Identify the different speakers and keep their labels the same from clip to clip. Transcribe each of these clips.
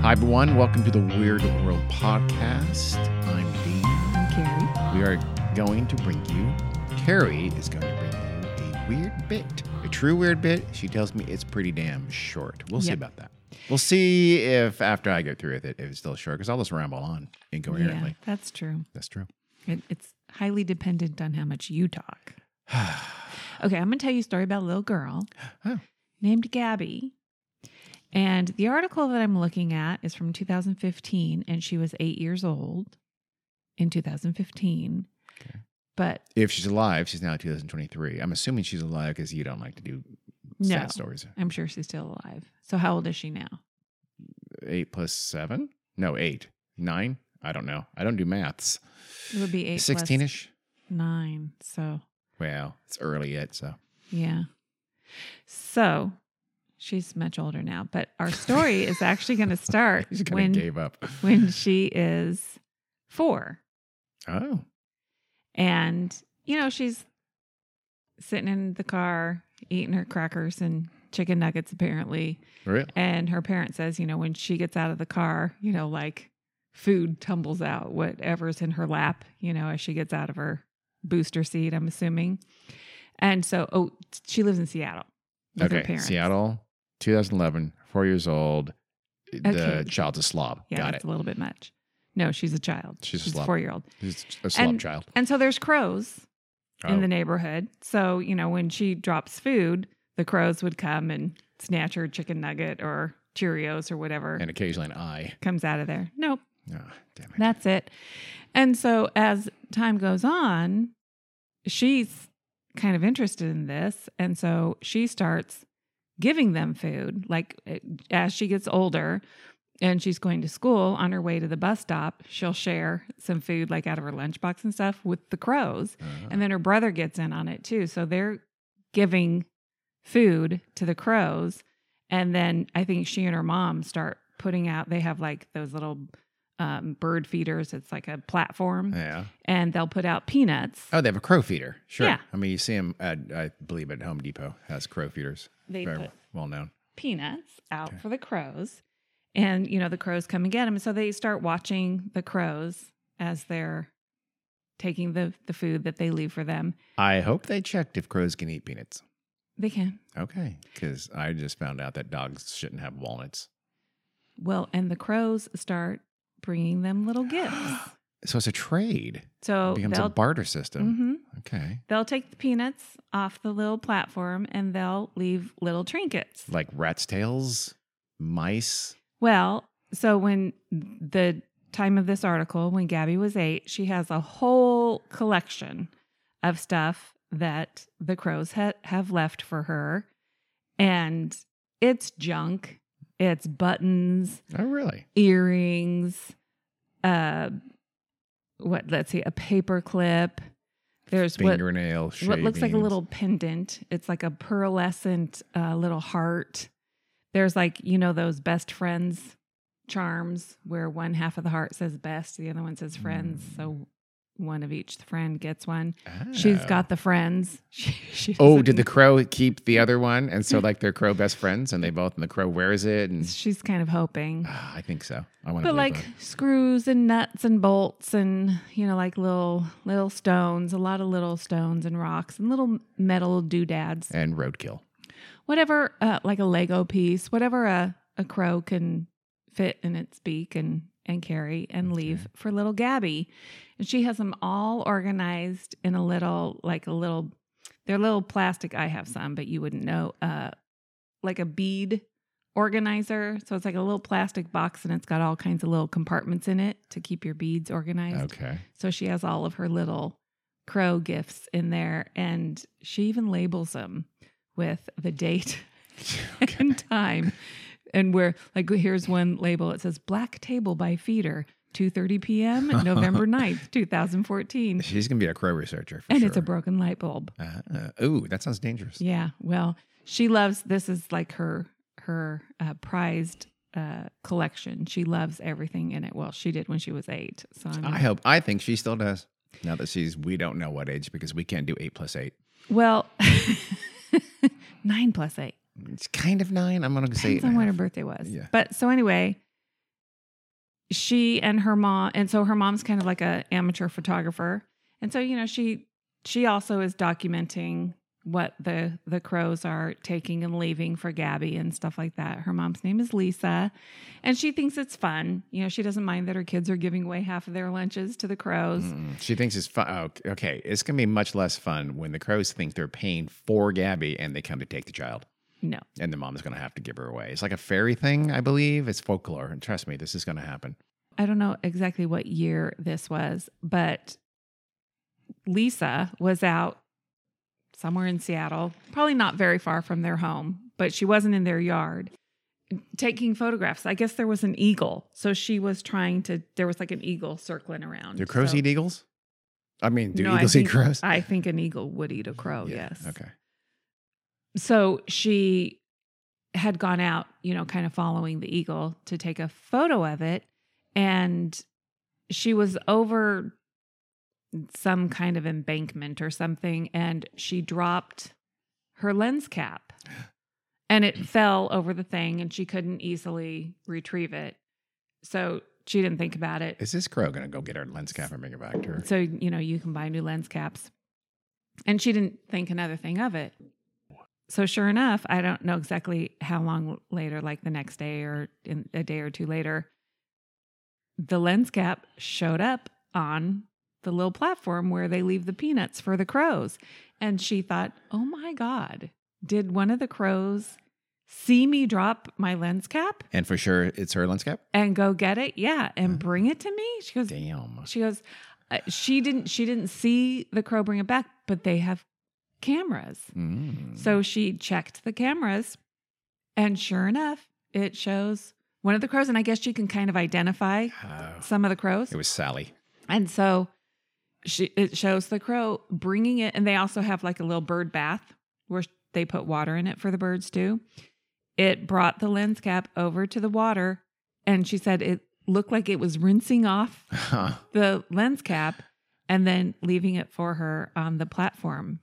Speaker 1: Hi, everyone. Welcome to the Weird World Podcast. I'm Dean.
Speaker 2: I'm Carrie.
Speaker 1: We are going to bring you, Carrie is going to bring you a weird bit, a true weird bit. She tells me it's pretty damn short. We'll see
Speaker 2: Yep.
Speaker 1: about that. We'll see if after I go through with it, if it's still short, because I'll just ramble on incoherently.
Speaker 2: Yeah, that's true.
Speaker 1: That's true.
Speaker 2: It, it's highly dependent on how much you talk. okay, I'm going to tell you a story about a little girl
Speaker 1: Oh.
Speaker 2: named Gabby. And the article that I'm looking at is from 2015, and she was eight years old in 2015.
Speaker 1: Okay.
Speaker 2: But
Speaker 1: If she's alive, she's now 2023. I'm assuming she's alive because you don't like to do
Speaker 2: no,
Speaker 1: sad stories.
Speaker 2: I'm sure she's still alive. So, how old is she now?
Speaker 1: Eight plus seven? No, eight. Nine? I don't know. I don't do maths.
Speaker 2: It would be eight plus
Speaker 1: 16 ish?
Speaker 2: Nine. So,
Speaker 1: Well, it's early yet, so.
Speaker 2: Yeah. So she's much older now, but our story is actually going to start
Speaker 1: He's kind
Speaker 2: when
Speaker 1: of gave up.
Speaker 2: when she is 4.
Speaker 1: oh,
Speaker 2: And you know, she's sitting in the car eating her crackers and chicken nuggets apparently,
Speaker 1: really?
Speaker 2: and her parent says, you know, when she gets out of the car, you know, like food tumbles out whatever's in her lap, you know, as she gets out of her booster seat, I'm assuming. And so, oh, she lives in Seattle. With her
Speaker 1: Okay.
Speaker 2: parents.
Speaker 1: Seattle, 2011, four years old. The
Speaker 2: Okay.
Speaker 1: child's a slob.
Speaker 2: Yeah,
Speaker 1: Got
Speaker 2: that's
Speaker 1: it.
Speaker 2: a little bit much. No, she's a child.
Speaker 1: She's a
Speaker 2: she's
Speaker 1: slob.
Speaker 2: four year old.
Speaker 1: He's a slob
Speaker 2: And-
Speaker 1: child.
Speaker 2: And so there's crows
Speaker 1: Oh,
Speaker 2: in the neighborhood. So, you know, when she drops food, the crows would come and snatch her chicken nugget or Cheerios or whatever
Speaker 1: Oh, and occasionally an eye.
Speaker 2: comes out of there. Nope.
Speaker 1: Oh, damn it.
Speaker 2: That's it. And so as time goes on, she's kind of interested in this. And so she starts giving them food. Like eh, as she gets older and she's going to school on her way to the bus stop, she'll share some food, like out of her lunchbox and stuff, with the crows.
Speaker 1: Uh,
Speaker 2: And then her brother gets in on it too. So they're giving food to the crows. And then I think she and her mom start putting out, they have like those little um, bird feeders. It's like a platform
Speaker 1: yeah.
Speaker 2: and they'll put out peanuts.
Speaker 1: Oh, they have a crow feeder. Sure.
Speaker 2: Yeah.
Speaker 1: I mean, you see them, at, I believe, at Home Depot has crow feeders.
Speaker 2: they
Speaker 1: Very
Speaker 2: put
Speaker 1: well known.
Speaker 2: peanuts out
Speaker 1: Okay.
Speaker 2: for the crows. And, you know, the crows come and get them. So they start watching the crows as they're taking the, the food that they leave for them.
Speaker 1: I hope they checked if crows can eat peanuts.
Speaker 2: They can.
Speaker 1: Okay. Because I just found out that dogs shouldn't have walnuts.
Speaker 2: Well, and the crows start bringing them little gifts.
Speaker 1: So it's a trade.
Speaker 2: So
Speaker 1: it becomes
Speaker 2: Oh, they'll,
Speaker 1: a barter system.
Speaker 2: Mhm.
Speaker 1: Okay.
Speaker 2: they'll take the peanuts off the little platform and they'll leave little trinkets.
Speaker 1: like rats' tails, mice.
Speaker 2: Well, so when the time of this article, when Gabby was eight, she has a whole collection of stuff that the crows ha- have left for her. And it's junk, it's buttons,
Speaker 1: Oh, really?
Speaker 2: earrings, uh, what, let's see, a paper clip. There's what
Speaker 1: Fingernail shavings.
Speaker 2: what looks like a little pendant. It's like a pearlescent uh, little heart. There's like, you know, those best friends charms where one half of the heart says best, the other one says friends.
Speaker 1: Mm.
Speaker 2: So one of each friend gets one.
Speaker 1: Oh.
Speaker 2: She's got the friends. She, she
Speaker 1: Oh,
Speaker 2: doesn't-
Speaker 1: did the crow keep the other one? And so, like, they're crow best friends, and they both, and the crow wears it. And
Speaker 2: She's kind of hoping.
Speaker 1: Ah, I think so. I want to.
Speaker 2: But like screws and nuts and bolts and you know like little little stones, a lot of little stones and rocks and little metal doodads.
Speaker 1: and roadkill.
Speaker 2: whatever uh, like a lego piece whatever a, a crow can fit in its beak and and carry and leave for little gabby and she has them all organized in a little like a little they're little plastic i have some but you wouldn't know uh like a bead organizer so it's like a little plastic box and it's got all kinds of little compartments in it to keep your beads organized
Speaker 1: Okay.
Speaker 2: so she has all of her little crow gifts in there, and she even labels them with the date and time. And where, like, here's one label. It says "Black Table by Feeder, 2:30 p.m. November 9th, 2014,"
Speaker 1: She's gonna be a crow researcher. For
Speaker 2: and it's a
Speaker 1: sure.
Speaker 2: broken light bulb.
Speaker 1: Ah, ooh, that sounds dangerous.
Speaker 2: Yeah, well, she loves this. Is like her her uh, prized uh, collection. She loves everything in it. Well, she did when she was eight. So I'm
Speaker 1: I hope. I think she still does. Now that she's, we don't know what age because we can't do eight plus eight.
Speaker 2: Well, nine plus eight.
Speaker 1: It's kind of nine. I'm gonna say eight
Speaker 2: Depends
Speaker 1: and
Speaker 2: on
Speaker 1: a
Speaker 2: when her
Speaker 1: half.
Speaker 2: birthday was.
Speaker 1: Yeah.
Speaker 2: But so anyway, she and her mom and so her mom's kind of like a amateur photographer and so you know she she also is documenting what the the crows are taking and leaving for gabby and stuff like that her mom's name is lisa and she thinks it's fun you know she doesn't mind that her kids are giving away half of their lunches to the crows
Speaker 1: Mm, she thinks it's fun. Oh, ok- okay, it's gonna be much less fun when the crows think they're paying for Gabby and they come to take the child,
Speaker 2: no
Speaker 1: and the mom's gonna have to give her away. It's like a fairy thing, I believe. It's folklore, and trust me, this is gonna happen.
Speaker 2: I don't know exactly what year this was, but Lisa was out somewhere in Seattle, probably not very far from their home, but she wasn't in their yard taking photographs. I guess there was an eagle. So she was trying to, there was like an eagle circling around.
Speaker 1: Do crows
Speaker 2: Um, So-
Speaker 1: eat eagles? I mean, do
Speaker 2: No, I
Speaker 1: eagles
Speaker 2: think-
Speaker 1: eat crows?
Speaker 2: I think an eagle would eat a crow,
Speaker 1: Yeah,
Speaker 2: yes.
Speaker 1: Okay.
Speaker 2: so she had gone out, you know, kind of following the eagle to take a photo of it. And she was over some kind of embankment or something, and she dropped her lens cap and it fell over the thing, and she couldn't easily retrieve it. So she didn't think about it.
Speaker 1: Is this crow gonna go get her lens cap and bring it back to her?
Speaker 2: So, you know, you can buy new lens caps. And she didn't think another thing of it. So, sure enough, I don't know exactly how long later, like the next day or in a day or two later, the lens cap showed up on the little platform where they leave the peanuts for the crows. And she thought, oh my God, did one of the crows see me drop my lens cap
Speaker 1: And for sure, it's her lens cap.
Speaker 2: and go get it? Yeah, and
Speaker 1: Huh.
Speaker 2: bring it to me? She goes,
Speaker 1: Damn.
Speaker 2: she goes, uh, she didn't. She didn't see the crow bring it back, but they have cameras.
Speaker 1: Mm.
Speaker 2: So she checked the cameras, and sure enough, it shows one of the crows. And I guess you can kind of identify
Speaker 1: Oh,
Speaker 2: some of the crows.
Speaker 1: it was Sally.
Speaker 2: And so she, it shows the crow bringing it, and they also have like a little bird bath where they put water in it for the birds too. It brought the lens cap over to the water, and she said it looked like it was rinsing off the lens cap and then leaving it for her on the platform,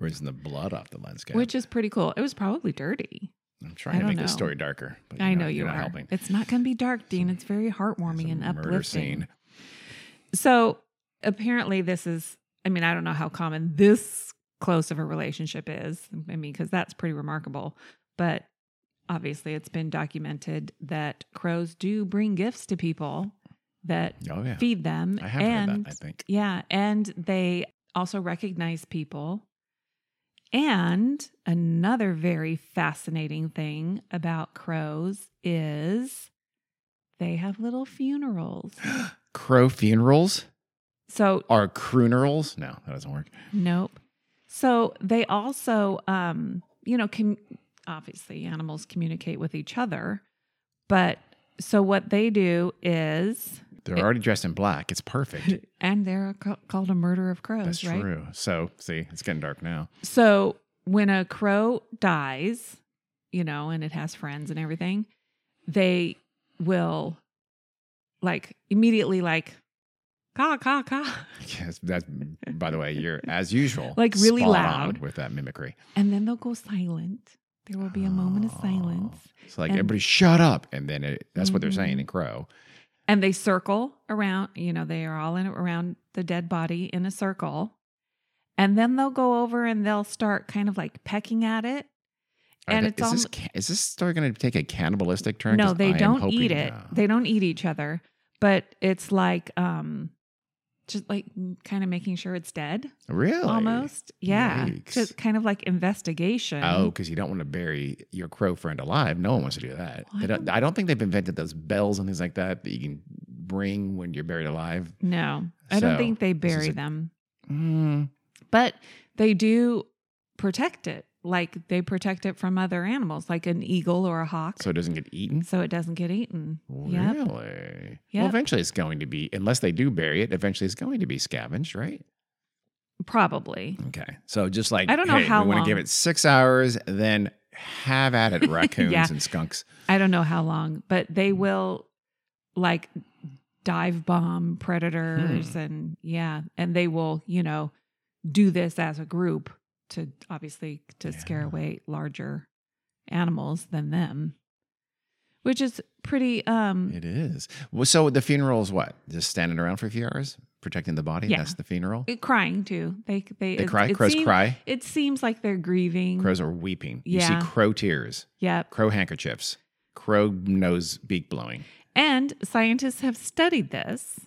Speaker 1: Rinsing the blood off the lens cap.
Speaker 2: which is pretty cool. It was probably dirty.
Speaker 1: I'm trying to
Speaker 2: don't
Speaker 1: make this
Speaker 2: know.
Speaker 1: story darker. But
Speaker 2: I
Speaker 1: you're
Speaker 2: know
Speaker 1: not-
Speaker 2: you
Speaker 1: you're
Speaker 2: are.
Speaker 1: not helping.
Speaker 2: It's not going to be dark, Dean. It's very
Speaker 1: It's a
Speaker 2: heartwarming and
Speaker 1: murder
Speaker 2: uplifting.
Speaker 1: scene.
Speaker 2: So apparently, this is. I mean, I don't know how common this close of a relationship is. I mean, because that's pretty remarkable. But obviously, it's been documented that crows do bring gifts to people that
Speaker 1: Oh yeah,
Speaker 2: feed them.
Speaker 1: I have
Speaker 2: and
Speaker 1: heard that. I think.
Speaker 2: Yeah. And they also recognize people. And another very fascinating thing about crows is they have little funerals.
Speaker 1: Crow funerals
Speaker 2: So,
Speaker 1: are croonerals. No, that doesn't work.
Speaker 2: nope. So they also, um, you know, com- obviously animals communicate with each other. But so what they do is,
Speaker 1: They're
Speaker 2: It-
Speaker 1: already dressed in black. It's perfect.
Speaker 2: and they're ca- called a murder of crows,
Speaker 1: That's
Speaker 2: right?
Speaker 1: true. So see, it's getting dark now.
Speaker 2: So when a crow dies, you know, and it has friends and everything, they will like immediately like caw caw caw,
Speaker 1: Yes, that's by the way, you're as usual,
Speaker 2: Like, really
Speaker 1: spot
Speaker 2: loud.
Speaker 1: on with that mimicry.
Speaker 2: and then they'll go silent. There will be a moment of silence,
Speaker 1: It's like
Speaker 2: And-
Speaker 1: everybody shut up, and then it, that's what they're saying
Speaker 2: Mhm.
Speaker 1: in Crow.
Speaker 2: and they circle around. You know, they are all in around the dead body in a circle, and then they'll go over and they'll start kind of like pecking at it.
Speaker 1: Are
Speaker 2: And
Speaker 1: they-
Speaker 2: it's
Speaker 1: is, this,
Speaker 2: almo-
Speaker 1: ca- is this story going to take a cannibalistic turn?
Speaker 2: No,
Speaker 1: 'Cause I
Speaker 2: they
Speaker 1: am
Speaker 2: don't
Speaker 1: hoping-
Speaker 2: eat it.
Speaker 1: No.
Speaker 2: They don't eat each other. But it's like um just like kind of making sure it's dead
Speaker 1: really
Speaker 2: almost. Yeah.
Speaker 1: Yikes.
Speaker 2: Just kind of like investigation.
Speaker 1: Oh, because you don't want to bury your crow friend alive. No one wants to do that.
Speaker 2: Well, I
Speaker 1: They don't,
Speaker 2: don't-
Speaker 1: I don't think they've invented those bells and things like that that you can bring when you're buried alive.
Speaker 2: No. I don't
Speaker 1: So,
Speaker 2: think they
Speaker 1: this is
Speaker 2: bury
Speaker 1: a-
Speaker 2: them.
Speaker 1: Mm,
Speaker 2: But they do protect it. Like they protect it from other animals, like an eagle or a hawk.
Speaker 1: so it doesn't get eaten.
Speaker 2: so it doesn't get eaten. Yep.
Speaker 1: Really?
Speaker 2: Yep.
Speaker 1: Well, eventually it's going to be, unless they do bury it, eventually it's going to be scavenged, right?
Speaker 2: Probably.
Speaker 1: Okay. So just like,
Speaker 2: I don't know
Speaker 1: hey,
Speaker 2: how
Speaker 1: we want to give
Speaker 2: long.
Speaker 1: it six hours, then have at it, raccoons
Speaker 2: Yeah.
Speaker 1: and skunks.
Speaker 2: I don't know how long, but they
Speaker 1: Hmm.
Speaker 2: will like dive bomb predators
Speaker 1: Hmm.
Speaker 2: and yeah, and they will, you know, do this as a group to obviously to scare
Speaker 1: Yeah.
Speaker 2: away larger animals than them. which is pretty um
Speaker 1: It is. Well, so the funeral is what? Just standing around for a few hours, protecting the body.
Speaker 2: Yeah.
Speaker 1: That's the funeral.
Speaker 2: it- crying too. They they,
Speaker 1: They
Speaker 2: it-
Speaker 1: cry.
Speaker 2: It
Speaker 1: Crows
Speaker 2: seem-
Speaker 1: cry.
Speaker 2: It seems like they're grieving.
Speaker 1: Crows are weeping. You
Speaker 2: Yeah.
Speaker 1: see crow tears,
Speaker 2: Yep.
Speaker 1: crow handkerchiefs, crow nose beak blowing.
Speaker 2: And scientists have studied this.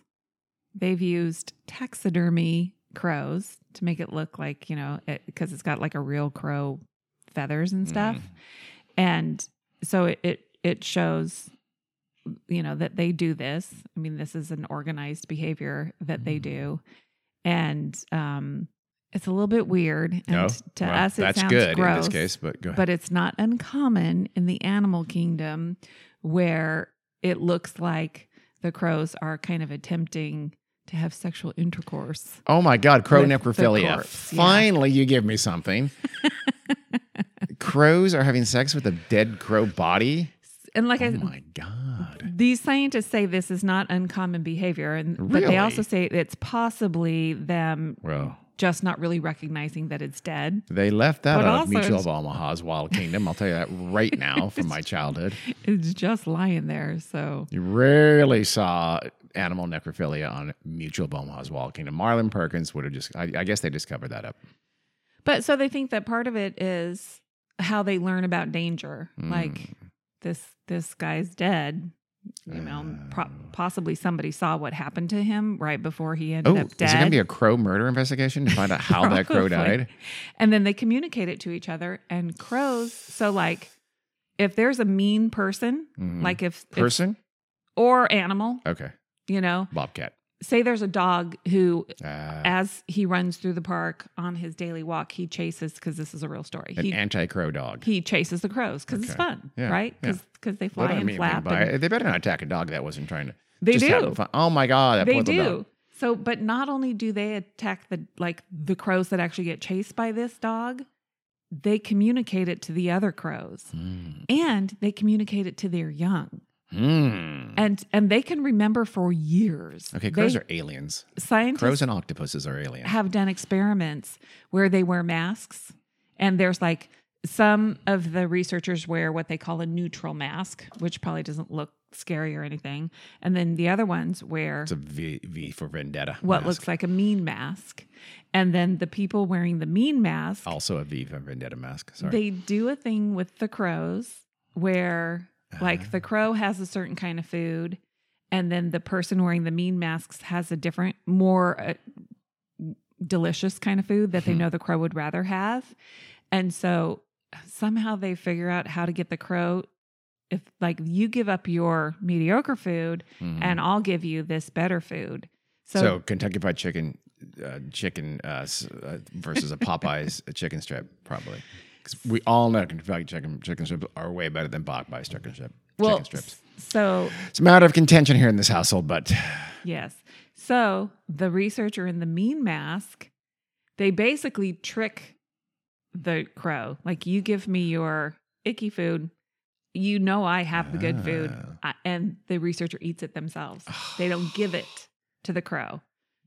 Speaker 2: They've used taxidermy crows to make it look like, you know, because it, has got like a real crow feathers and stuff.
Speaker 1: Mm.
Speaker 2: And so it, it it shows you know that they do this. I mean, this is an organized behavior that they
Speaker 1: Mm.
Speaker 2: do. And um it's a little bit weird and
Speaker 1: No?
Speaker 2: to
Speaker 1: Oh, Well,
Speaker 2: us it
Speaker 1: that's
Speaker 2: sounds
Speaker 1: good
Speaker 2: gross
Speaker 1: in this case, but go ahead.
Speaker 2: but it's not uncommon in the animal kingdom where it looks like the crows are kind of attempting to have sexual intercourse.
Speaker 1: Oh my God, crow
Speaker 2: With the
Speaker 1: necrophilia.
Speaker 2: corpse, yeah.
Speaker 1: Finally, you give me something. Crows are having sex with a dead crow body.
Speaker 2: And like
Speaker 1: oh
Speaker 2: I
Speaker 1: my God.
Speaker 2: these scientists say this is not uncommon behavior and but
Speaker 1: Really?
Speaker 2: they also say it's possibly them
Speaker 1: Well,
Speaker 2: just not really recognizing that it's dead.
Speaker 1: they left that
Speaker 2: But
Speaker 1: out of
Speaker 2: also
Speaker 1: Mutual
Speaker 2: it's-
Speaker 1: of Omaha's Wild Kingdom. I'll tell you that right now from my childhood.
Speaker 2: It's just lying there, so
Speaker 1: You rarely saw animal necrophilia on Mutual of Omaha's Wild Kingdom. Marlon Perkins would have just, I, I guess they just covered that up.
Speaker 2: But so they think that part of it is how they learn about danger.
Speaker 1: Mm.
Speaker 2: Like this this guy's dead. You know, pro-
Speaker 1: Oh.
Speaker 2: possibly somebody saw what happened to him right before he ended
Speaker 1: Oh, is
Speaker 2: up
Speaker 1: it going to
Speaker 2: dead.
Speaker 1: be a crow murder investigation to find out how that crow
Speaker 2: Probably.
Speaker 1: died?
Speaker 2: and then they communicate it to each other. And crows, so like if there's a mean person,
Speaker 1: Mhm.
Speaker 2: like if, if-
Speaker 1: person?
Speaker 2: or animal,
Speaker 1: Okay.
Speaker 2: you know,
Speaker 1: Bobcat.
Speaker 2: say there's a dog who
Speaker 1: Ah.
Speaker 2: as he runs through the park on his daily walk, he chases because this is a real story.
Speaker 1: an
Speaker 2: he
Speaker 1: anti-crow dog.
Speaker 2: he chases the crows because it's
Speaker 1: Okay.
Speaker 2: fun,
Speaker 1: Yeah,
Speaker 2: right?
Speaker 1: yeah.
Speaker 2: Because they
Speaker 1: Well,
Speaker 2: fly
Speaker 1: I
Speaker 2: and
Speaker 1: mean,
Speaker 2: flap.
Speaker 1: by-
Speaker 2: and
Speaker 1: they better not attack a dog that wasn't trying to.
Speaker 2: they
Speaker 1: just having
Speaker 2: do.
Speaker 1: fun. Oh my god, that
Speaker 2: They
Speaker 1: poor little
Speaker 2: do.
Speaker 1: dog.
Speaker 2: So, but not only do they attack the like the crows that actually get chased by this dog, they communicate it to the other crows,
Speaker 1: Hmm.
Speaker 2: and they communicate it to their young,
Speaker 1: Hmm.
Speaker 2: and and they can remember for years.
Speaker 1: Okay, crows
Speaker 2: They-
Speaker 1: are aliens.
Speaker 2: scientists
Speaker 1: Crows and octopuses are aliens.
Speaker 2: have done experiments where they wear masks and there's like some of the researchers wear what they call a neutral mask which probably doesn't look scary or anything and then the other ones wear
Speaker 1: It's a V, v for vendetta.
Speaker 2: what
Speaker 1: mask.
Speaker 2: looks like a mean mask and then the people wearing the mean mask
Speaker 1: also a V for vendetta mask. Oh, Sorry.
Speaker 2: they do a thing with the crows where
Speaker 1: Ah.
Speaker 2: like the crow has a certain kind of food and then the person wearing the mean masks has a different more uh, delicious kind of food that they
Speaker 1: Hmm.
Speaker 2: know the crow would rather have and so somehow they figure out how to get the crow if like you give up your mediocre food
Speaker 1: Hmm.
Speaker 2: and I'll give you this better food so,
Speaker 1: so, Kentucky Fried Chicken, uh, chicken uh, s- uh, versus a Popeyes chicken strip, probably. 'Cause we all know Kentucky Fried Chicken chicken strips are way better than Popeyes chicken strip.
Speaker 2: well
Speaker 1: chicken strips.
Speaker 2: so
Speaker 1: It's a matter of contention here in this household, but
Speaker 2: Yes. So the researcher in the mean mask, they basically trick the crow. Like, you give me your icky food. You know I have the good food.
Speaker 1: Ah.
Speaker 2: I, and the researcher eats it themselves. They don't give it to the crow.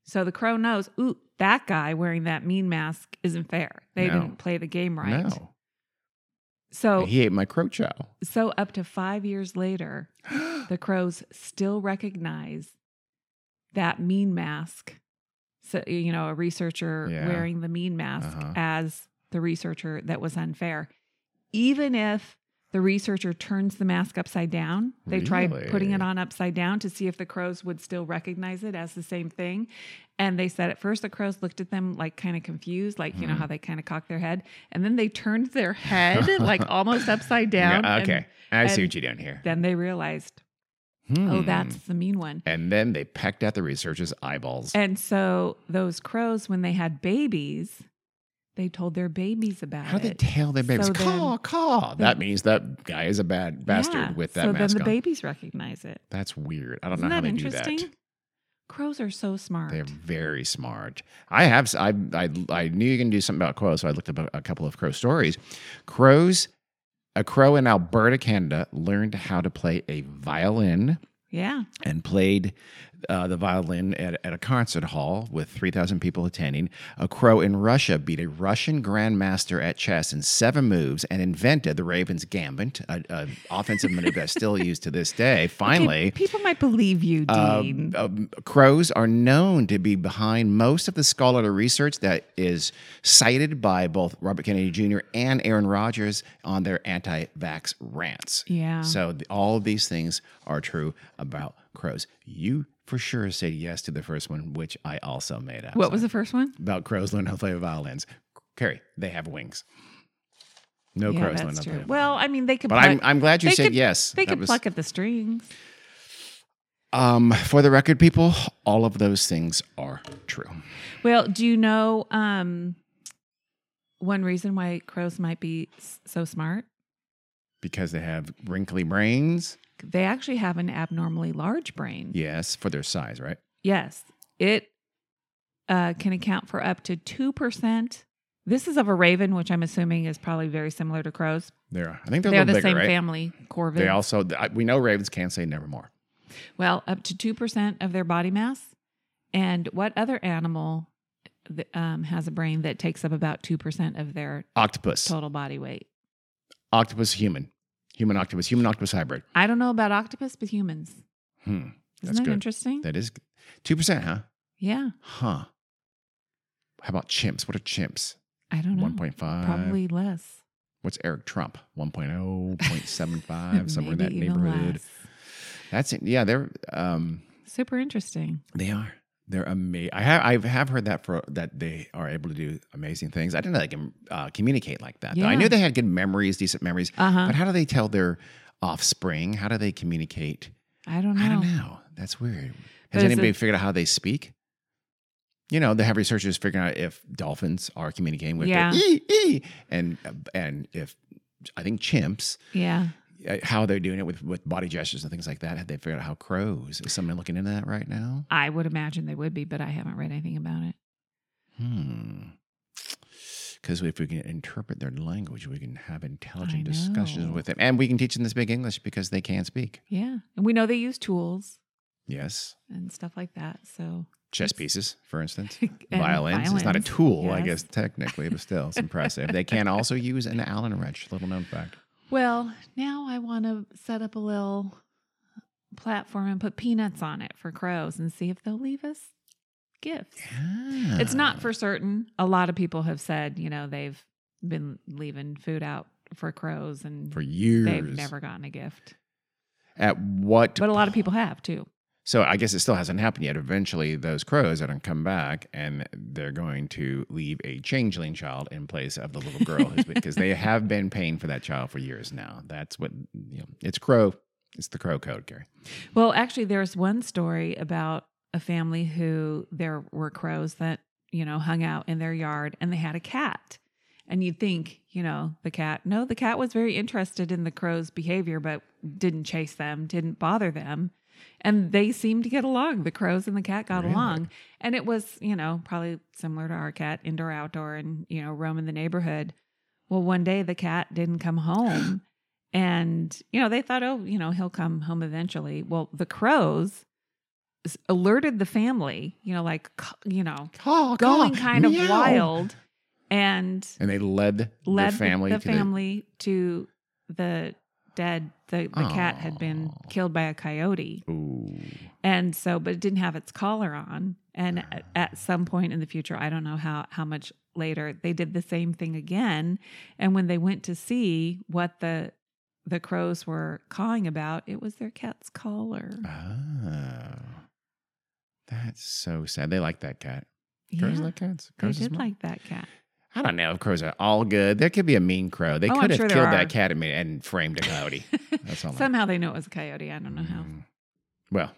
Speaker 2: So the crow knows, ooh, that guy wearing that mean mask isn't fair. They
Speaker 1: No.
Speaker 2: didn't play the game right. Oh.
Speaker 1: No.
Speaker 2: So
Speaker 1: He ate my crow chow.
Speaker 2: so up to 5 years later, the crows still recognize that mean mask. So, you know, a researcher
Speaker 1: Yeah.
Speaker 2: wearing the mean mask
Speaker 1: Uh-huh.
Speaker 2: as the researcher that was unfair. Even if the researcher turns the mask upside down, they tried putting it
Speaker 1: Really?
Speaker 2: on upside down to see if the crows would still recognize it as the same thing. And they said at first the crows looked at them like kind of confused, like, you know,
Speaker 1: Mhm.
Speaker 2: how they kind of cocked their head. And then they turned their head like almost upside
Speaker 1: Yeah,
Speaker 2: down. and
Speaker 1: okay. I see
Speaker 2: and-
Speaker 1: what you're doing here.
Speaker 2: then they realized Oh,
Speaker 1: Hmm.
Speaker 2: that's the mean one.
Speaker 1: And then they pecked at the researcher's eyeballs.
Speaker 2: And so those crows, when they had babies, they told their babies about
Speaker 1: How do they
Speaker 2: it.
Speaker 1: tell their babies?
Speaker 2: So then-
Speaker 1: caw, caw.
Speaker 2: then-
Speaker 1: That means that guy is a bad bastard
Speaker 2: Yeah.
Speaker 1: with that
Speaker 2: so
Speaker 1: mask
Speaker 2: then the
Speaker 1: on.
Speaker 2: babies recognize it.
Speaker 1: that's weird. I don't
Speaker 2: Isn't
Speaker 1: know how
Speaker 2: that
Speaker 1: they do that.
Speaker 2: interesting? Crows are so smart.
Speaker 1: They're very smart. I have. s- I I I knew you can do something about crows, so I looked up a, a couple of crow stories. Crows. A crow in Alberta, Canada, learned how to play a violin
Speaker 2: yeah.
Speaker 1: and played uh, the violin at, at a concert hall with 3,000 people attending. A crow in Russia beat a Russian grandmaster at chess in seven moves and invented the Raven's Gambit, an offensive maneuver that's still used to this day. Finally,
Speaker 2: Pe- people might believe you, Dean.
Speaker 1: um, crows are known to be behind most of the scholarly research that is cited by both Robert Kennedy Jr. and Aaron Rodgers on their anti vax rants.
Speaker 2: Yeah.
Speaker 1: So, the, all of these things are true about crows. You for sure said yes to the first one, which I also made up.
Speaker 2: what was the first one?
Speaker 1: about crows learn how to play violins? Carrie, they have wings. No
Speaker 2: Yeah,
Speaker 1: crows learn how
Speaker 2: that's
Speaker 1: to play
Speaker 2: true.
Speaker 1: violins.
Speaker 2: Well, I mean, they could.
Speaker 1: But
Speaker 2: pluck-
Speaker 1: I'm, I'm glad you
Speaker 2: they
Speaker 1: said
Speaker 2: could-
Speaker 1: yes.
Speaker 2: They
Speaker 1: That
Speaker 2: could
Speaker 1: was-
Speaker 2: pluck at the strings.
Speaker 1: Um, for the record, people, all of those things are true.
Speaker 2: Well, do you know um, one reason why crows might be s- so smart?
Speaker 1: Because they have wrinkly brains.
Speaker 2: They actually have an abnormally large brain.
Speaker 1: Yes, for their size, right?
Speaker 2: Yes, it uh, can account for up to two percent. This is of a raven, which I'm assuming is probably very similar to crows.
Speaker 1: They're, I think they're,
Speaker 2: They're
Speaker 1: a
Speaker 2: the
Speaker 1: little bigger,
Speaker 2: same
Speaker 1: right?
Speaker 2: family, corvids.
Speaker 1: They also, I- we know ravens can say nevermore.
Speaker 2: Well, up to 2% of their body mass. And what other animal th- um, has a brain that takes up about 2% of their
Speaker 1: Octopus,
Speaker 2: total body weight?
Speaker 1: octopus, human, human octopus, human octopus hybrid.
Speaker 2: I don't know about octopus, but humans.
Speaker 1: Hmm,
Speaker 2: Isn't
Speaker 1: That's
Speaker 2: that
Speaker 1: good.
Speaker 2: interesting?
Speaker 1: that is two percent, huh?
Speaker 2: yeah.
Speaker 1: Huh. How about chimps? What are chimps?
Speaker 2: I don't know.
Speaker 1: One point five.
Speaker 2: Probably less.
Speaker 1: What's Eric Trump? oh, 1.0, 0.75, somewhere in that
Speaker 2: Maybe even
Speaker 1: neighborhood.
Speaker 2: less.
Speaker 1: That's it. Yeah, they're um,
Speaker 2: Super interesting.
Speaker 1: They are. They're amazing. I have I have heard that for that they are able to do amazing things. I didn't know they can uh, communicate like that. though. I
Speaker 2: Yeah.
Speaker 1: knew they had good memories, decent memories.
Speaker 2: Uh huh.
Speaker 1: But how do they tell their offspring? How do they communicate?
Speaker 2: I don't know.
Speaker 1: I don't know. That's weird.
Speaker 2: Uh-huh. But
Speaker 1: Has
Speaker 2: is
Speaker 1: anybody
Speaker 2: it-
Speaker 1: figured out how they speak? You know, they have researchers figuring out if dolphins are communicating with their
Speaker 2: Yeah.
Speaker 1: ee, ee, and and if I think chimps
Speaker 2: Yeah.
Speaker 1: uh, how they're doing it with with body gestures and things like that. Have they figured out how crows? Is someone looking into that right now?
Speaker 2: I would imagine they would be, but I haven't read anything about it.
Speaker 1: Hmm. Because if we can interpret their language, we can have
Speaker 2: I
Speaker 1: intelligent discussions
Speaker 2: know.
Speaker 1: with them, and we can teach them to speak English because they can speak.
Speaker 2: Yeah. And we know they use tools
Speaker 1: Yes,
Speaker 2: and stuff like that. So,
Speaker 1: chess
Speaker 2: Yes.
Speaker 1: pieces, for instance,
Speaker 2: And
Speaker 1: violins. It's not a
Speaker 2: violins,
Speaker 1: tool, I
Speaker 2: yes.
Speaker 1: guess technically, but still, it's impressive. they can also use an Allen wrench. Little known fact.
Speaker 2: Well, now I want to set up a little platform and put peanuts on it for crows and see if they'll leave us gifts. It's
Speaker 1: Ah.
Speaker 2: not for certain. A lot of people have said, you know, they've been leaving food out for crows and
Speaker 1: for years.
Speaker 2: they've never gotten a gift.
Speaker 1: At what?
Speaker 2: But a lot of people have too.
Speaker 1: so I guess it still hasn't happened yet. Eventually, those crows are going to come back, and they're going to leave a changeling child in place of the little girl, who's because they have been paying for that child for years now. That's what you know. It's crow. It's the crow code, Gary.
Speaker 2: Well, actually, there's one story about a family who there were crows that, you know, hung out in their yard and they had a cat. And you'd think, you know, the cat, no, the cat was very interested in the crow's behavior, but didn't chase them, didn't bother them. And they seemed to get along. The crows and the cat got
Speaker 1: Really?
Speaker 2: along. And it was, you know, probably similar to our cat, indoor, outdoor, and, you know, roam in the neighborhood. Well, one day the cat didn't come home. And, you know, they thought, oh, you know, he'll come home eventually. Well, the crows s- alerted the family, you know, like, c- you know,
Speaker 1: Oh,
Speaker 2: going kind of wild and
Speaker 1: And they led,
Speaker 2: led
Speaker 1: the family
Speaker 2: the,
Speaker 1: to
Speaker 2: family to the dead. The, the cat had been
Speaker 1: Aw.
Speaker 2: killed by a coyote.
Speaker 1: the. Ooh.
Speaker 2: And so, but it didn't have its collar on. And at, at some point in the future, I don't know how, how much later, they did the same thing again. And when they went to see what the the crows were cawing about, it was their cat's collar.
Speaker 1: Oh. That's so sad. They like that cat. Crows
Speaker 2: yeah,
Speaker 1: like cats.
Speaker 2: they
Speaker 1: Crows are
Speaker 2: did
Speaker 1: smart.
Speaker 2: like that cat.
Speaker 1: I don't know if crows are all good. There could be a mean crow. They
Speaker 2: Oh,
Speaker 1: could
Speaker 2: I'm
Speaker 1: have
Speaker 2: sure there
Speaker 1: killed
Speaker 2: are.
Speaker 1: that cat and, made, and framed a coyote. That's all I-
Speaker 2: Somehow they knew it was a coyote. I don't know how.
Speaker 1: Mm. Well,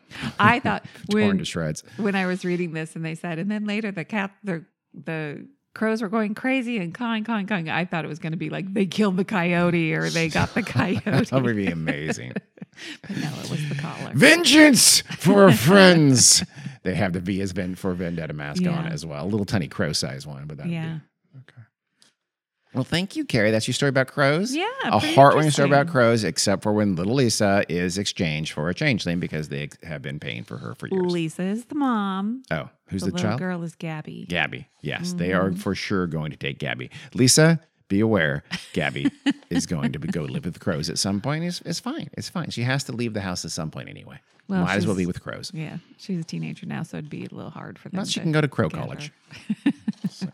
Speaker 2: I thought
Speaker 1: torn
Speaker 2: when
Speaker 1: to shreds.
Speaker 2: when I was reading this and they said, and then later the cat the the crows were going crazy and cawing, cawing, cawing. I thought it was going to be like they killed the coyote or they got the coyote.
Speaker 1: That would be amazing.
Speaker 2: but no, it was the collar.
Speaker 1: Vengeance for our friends. They have the V as Ven for Vendetta mask on
Speaker 2: Yeah.
Speaker 1: as well. A little tiny crow size one, but that
Speaker 2: yeah.
Speaker 1: would be okay. Well, thank you, Carrie. That's your story about crows.
Speaker 2: Yeah,
Speaker 1: a
Speaker 2: pretty
Speaker 1: heartwarming story about
Speaker 2: interesting.
Speaker 1: crows, except for when little Lisa is exchanged for a changeling because they ex- have been paying for her for years.
Speaker 2: Lisa is the mom.
Speaker 1: oh, who's
Speaker 2: the,
Speaker 1: the,
Speaker 2: little
Speaker 1: child?
Speaker 2: girl is Gabby. Mm-hmm.
Speaker 1: Gabby. Yes, they are for sure going to take Gabby. Lisa, be aware, Gabby is going to be, go live with the crows at some point. It's, it's fine. It's fine. She has to leave the house at some point anyway.
Speaker 2: Well,
Speaker 1: Might as well
Speaker 2: she's-
Speaker 1: be with crows.
Speaker 2: Yeah, she's a teenager now, so it'd be a little hard for them.
Speaker 1: Unless she
Speaker 2: to
Speaker 1: can go to crow
Speaker 2: get
Speaker 1: college.
Speaker 2: her.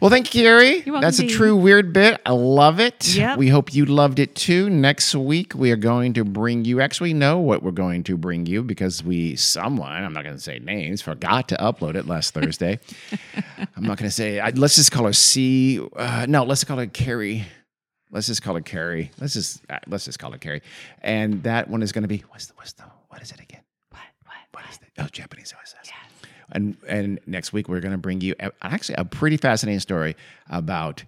Speaker 1: Well, thank you, Carrie.
Speaker 2: You're welcome,
Speaker 1: That's a
Speaker 2: Dee.
Speaker 1: true weird bit. I love it.
Speaker 2: Yep.
Speaker 1: We hope you loved it too. Next week, we are going to bring you, actually, know what we're going to bring you because we, someone, I'm not going to say names, forgot to upload it last Thursday. I'm not going to say, I, let's just call her C. Uh, no, let's call her Carrie. Let's just call her Carrie. Let's just uh, let's just call her Carrie, and that one is going to be what's the what's the what is it again?
Speaker 2: What? What?
Speaker 1: What is it? Oh, Japanese OSS. And and next week we're going to bring you a- actually a pretty fascinating story about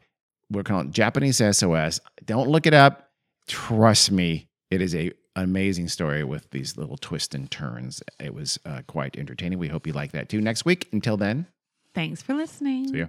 Speaker 1: we're calling it Japanese SOS. Don't look it up. Trust me, it is a amazing story with these little twists and turns. It was uh, quite entertaining. We hope you like that too. Next week. Until then,
Speaker 2: Thanks for listening.
Speaker 1: see ya.